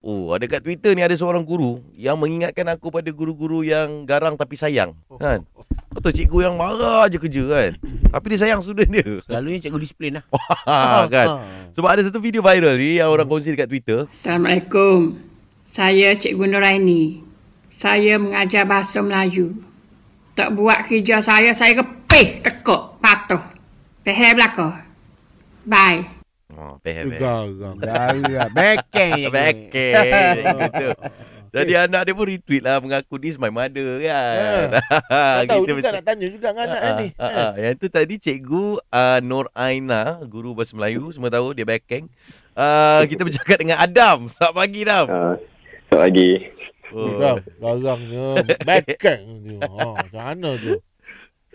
Oh, dekat Twitter ni ada seorang guru yang mengingatkan aku pada guru-guru yang garang tapi sayang. Oh. Kan? Betul cikgu yang marah je kerja kan. Tapi dia sayang student dia. Selalunya cikgu disiplin lah. Ha, kan. Sebab ada satu video viral ni yang orang kongsi dekat Twitter. Assalamualaikum. Saya Cikgu Nuraini. Saya mengajar bahasa Melayu. Tak buat kerja saya, saya repih, tekuk, patuh. Pehel belaka. Bye. Ha, pehem. eh. Garang. Gara. Bekeng. je. Bekek gitu. Jadi anak dia pun retweet lah mengaku this my mother kan. Tak Ya. tahu Kita juga nak tanya juga dengan anak Ah, ni. ah, ah, ah. Yang tu tadi cikgu uh, Nur Aina, guru bahasa Melayu, semua tahu dia backing. Uh, kita bercakap dengan Adam. Selamat pagi Adam. Oh. Uh, selamat pagi. Garang. Garangnya. Bekeng dia. Ha, macam mana tu?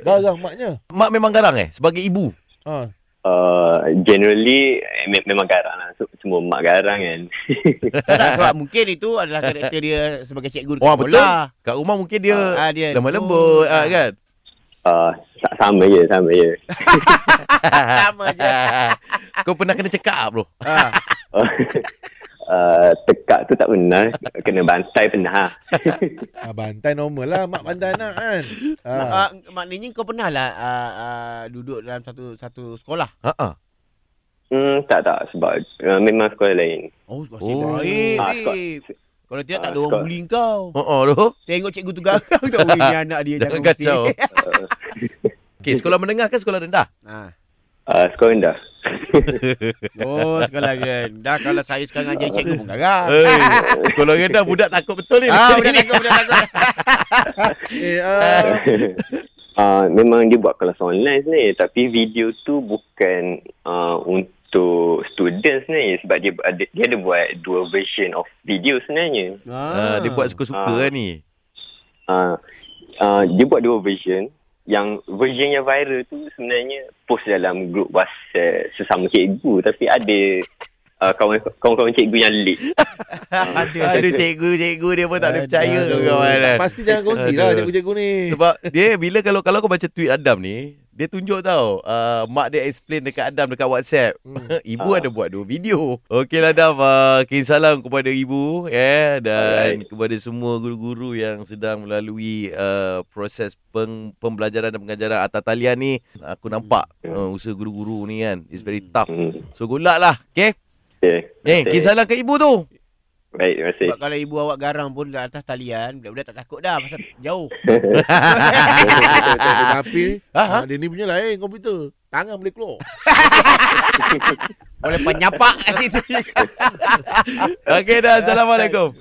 Garang maknya. Mak memang garang eh sebagai ibu. Ha. Uh, generally, eh, me- memang garang lah. So, semua mak garang kan. Tak, tak, sebab mungkin itu adalah karakter dia sebagai cikgu dekat Wah, betul. sekolah. Kat rumah mungkin dia Ah, dia lemah lembut ah, kan. Uh, sa- sama je, sama je. ah. Ah, Sama je. Kau pernah kena cekak bro. Ha. uh, tekak tu tak pernah. Kena bantai pernah. ha. Bantai normal lah. Mak bantai anak kan. Ha. Ah, maknanya kau pernah lah ah, ah, duduk dalam satu satu sekolah. Ha ah. Hmm, tak tak. Sebab uh, memang sekolah lain. Oh, masih Oh. baik. Ah, babe. Kalau tidak tak Ah, ada orang Scott. bully kau. Ha ah tu. Tengok cikgu tu garang tak boleh ni anak dia Jangan mesti. kacau. Uh, Okey, sekolah menengah ke sekolah rendah? Ah. uh, sekolah rendah. Oh, sekarang kan. Dah kalau saya sekarang ajar cikgu pun garang. Hey, sekolah rendah budak takut betul ni. Ah, budak takut, budak takut. Eh, ah. uh, memang dia buat kelas online sebenarnya. Tapi video tu bukan uh, untuk student sebenarnya. Sebab dia ada, dia ada buat dua version of video sebenarnya. Ah, dia buat suka-suka Ah. kan ni. uh, uh, dia buat dua version. Yang version yang viral tu sebenarnya post dalam grup WhatsApp sesama cikgu. Tapi ada uh, kawan- kawan-kawan cikgu yang leak. ada Aduh cikgu-cikgu dia pun tak boleh Aduh. percaya ke kawan. Tak, Pasti jangan kongsi lah Aduh. cikgu-cikgu ni. Sebab dia bila kalau kalau kau baca tweet Adam ni, dia tunjuk tau uh, mak dia explain dekat Adam dekat WhatsApp. Hmm. ibu Ah. ada buat dua video. Okeylah Adam, uh, kin salam kepada ibu eh dan Alright. kepada semua guru-guru yang sedang melalui uh, proses peng, pembelajaran dan pengajaran atas talian ni. Aku nampak uh, usaha guru-guru ni kan is very tough. Hmm. So good luck lah, okay? Okay. Eh, kin salam ke ibu tu. Baik, terima kasih. Eh. Sebab kalau ibu awak garang pun dah atas talian, budak-budak tak takut dah pasal jauh. Tapi Ha, ha? ha? dia ni punya lain komputer. Tangan boleh keluar. Boleh penyapak kat situ. Okey dah, Assalamualaikum.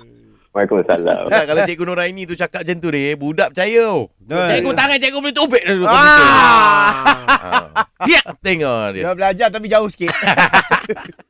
Waalaikumsalam. Tak, kalau Cikgu Nuraini tu cakap macam tu ni, budak percaya tau. Cikgu tangan cikgu boleh tubik dah tu. Ah. Tiap tengok dia. Dia belajar tapi jauh sikit.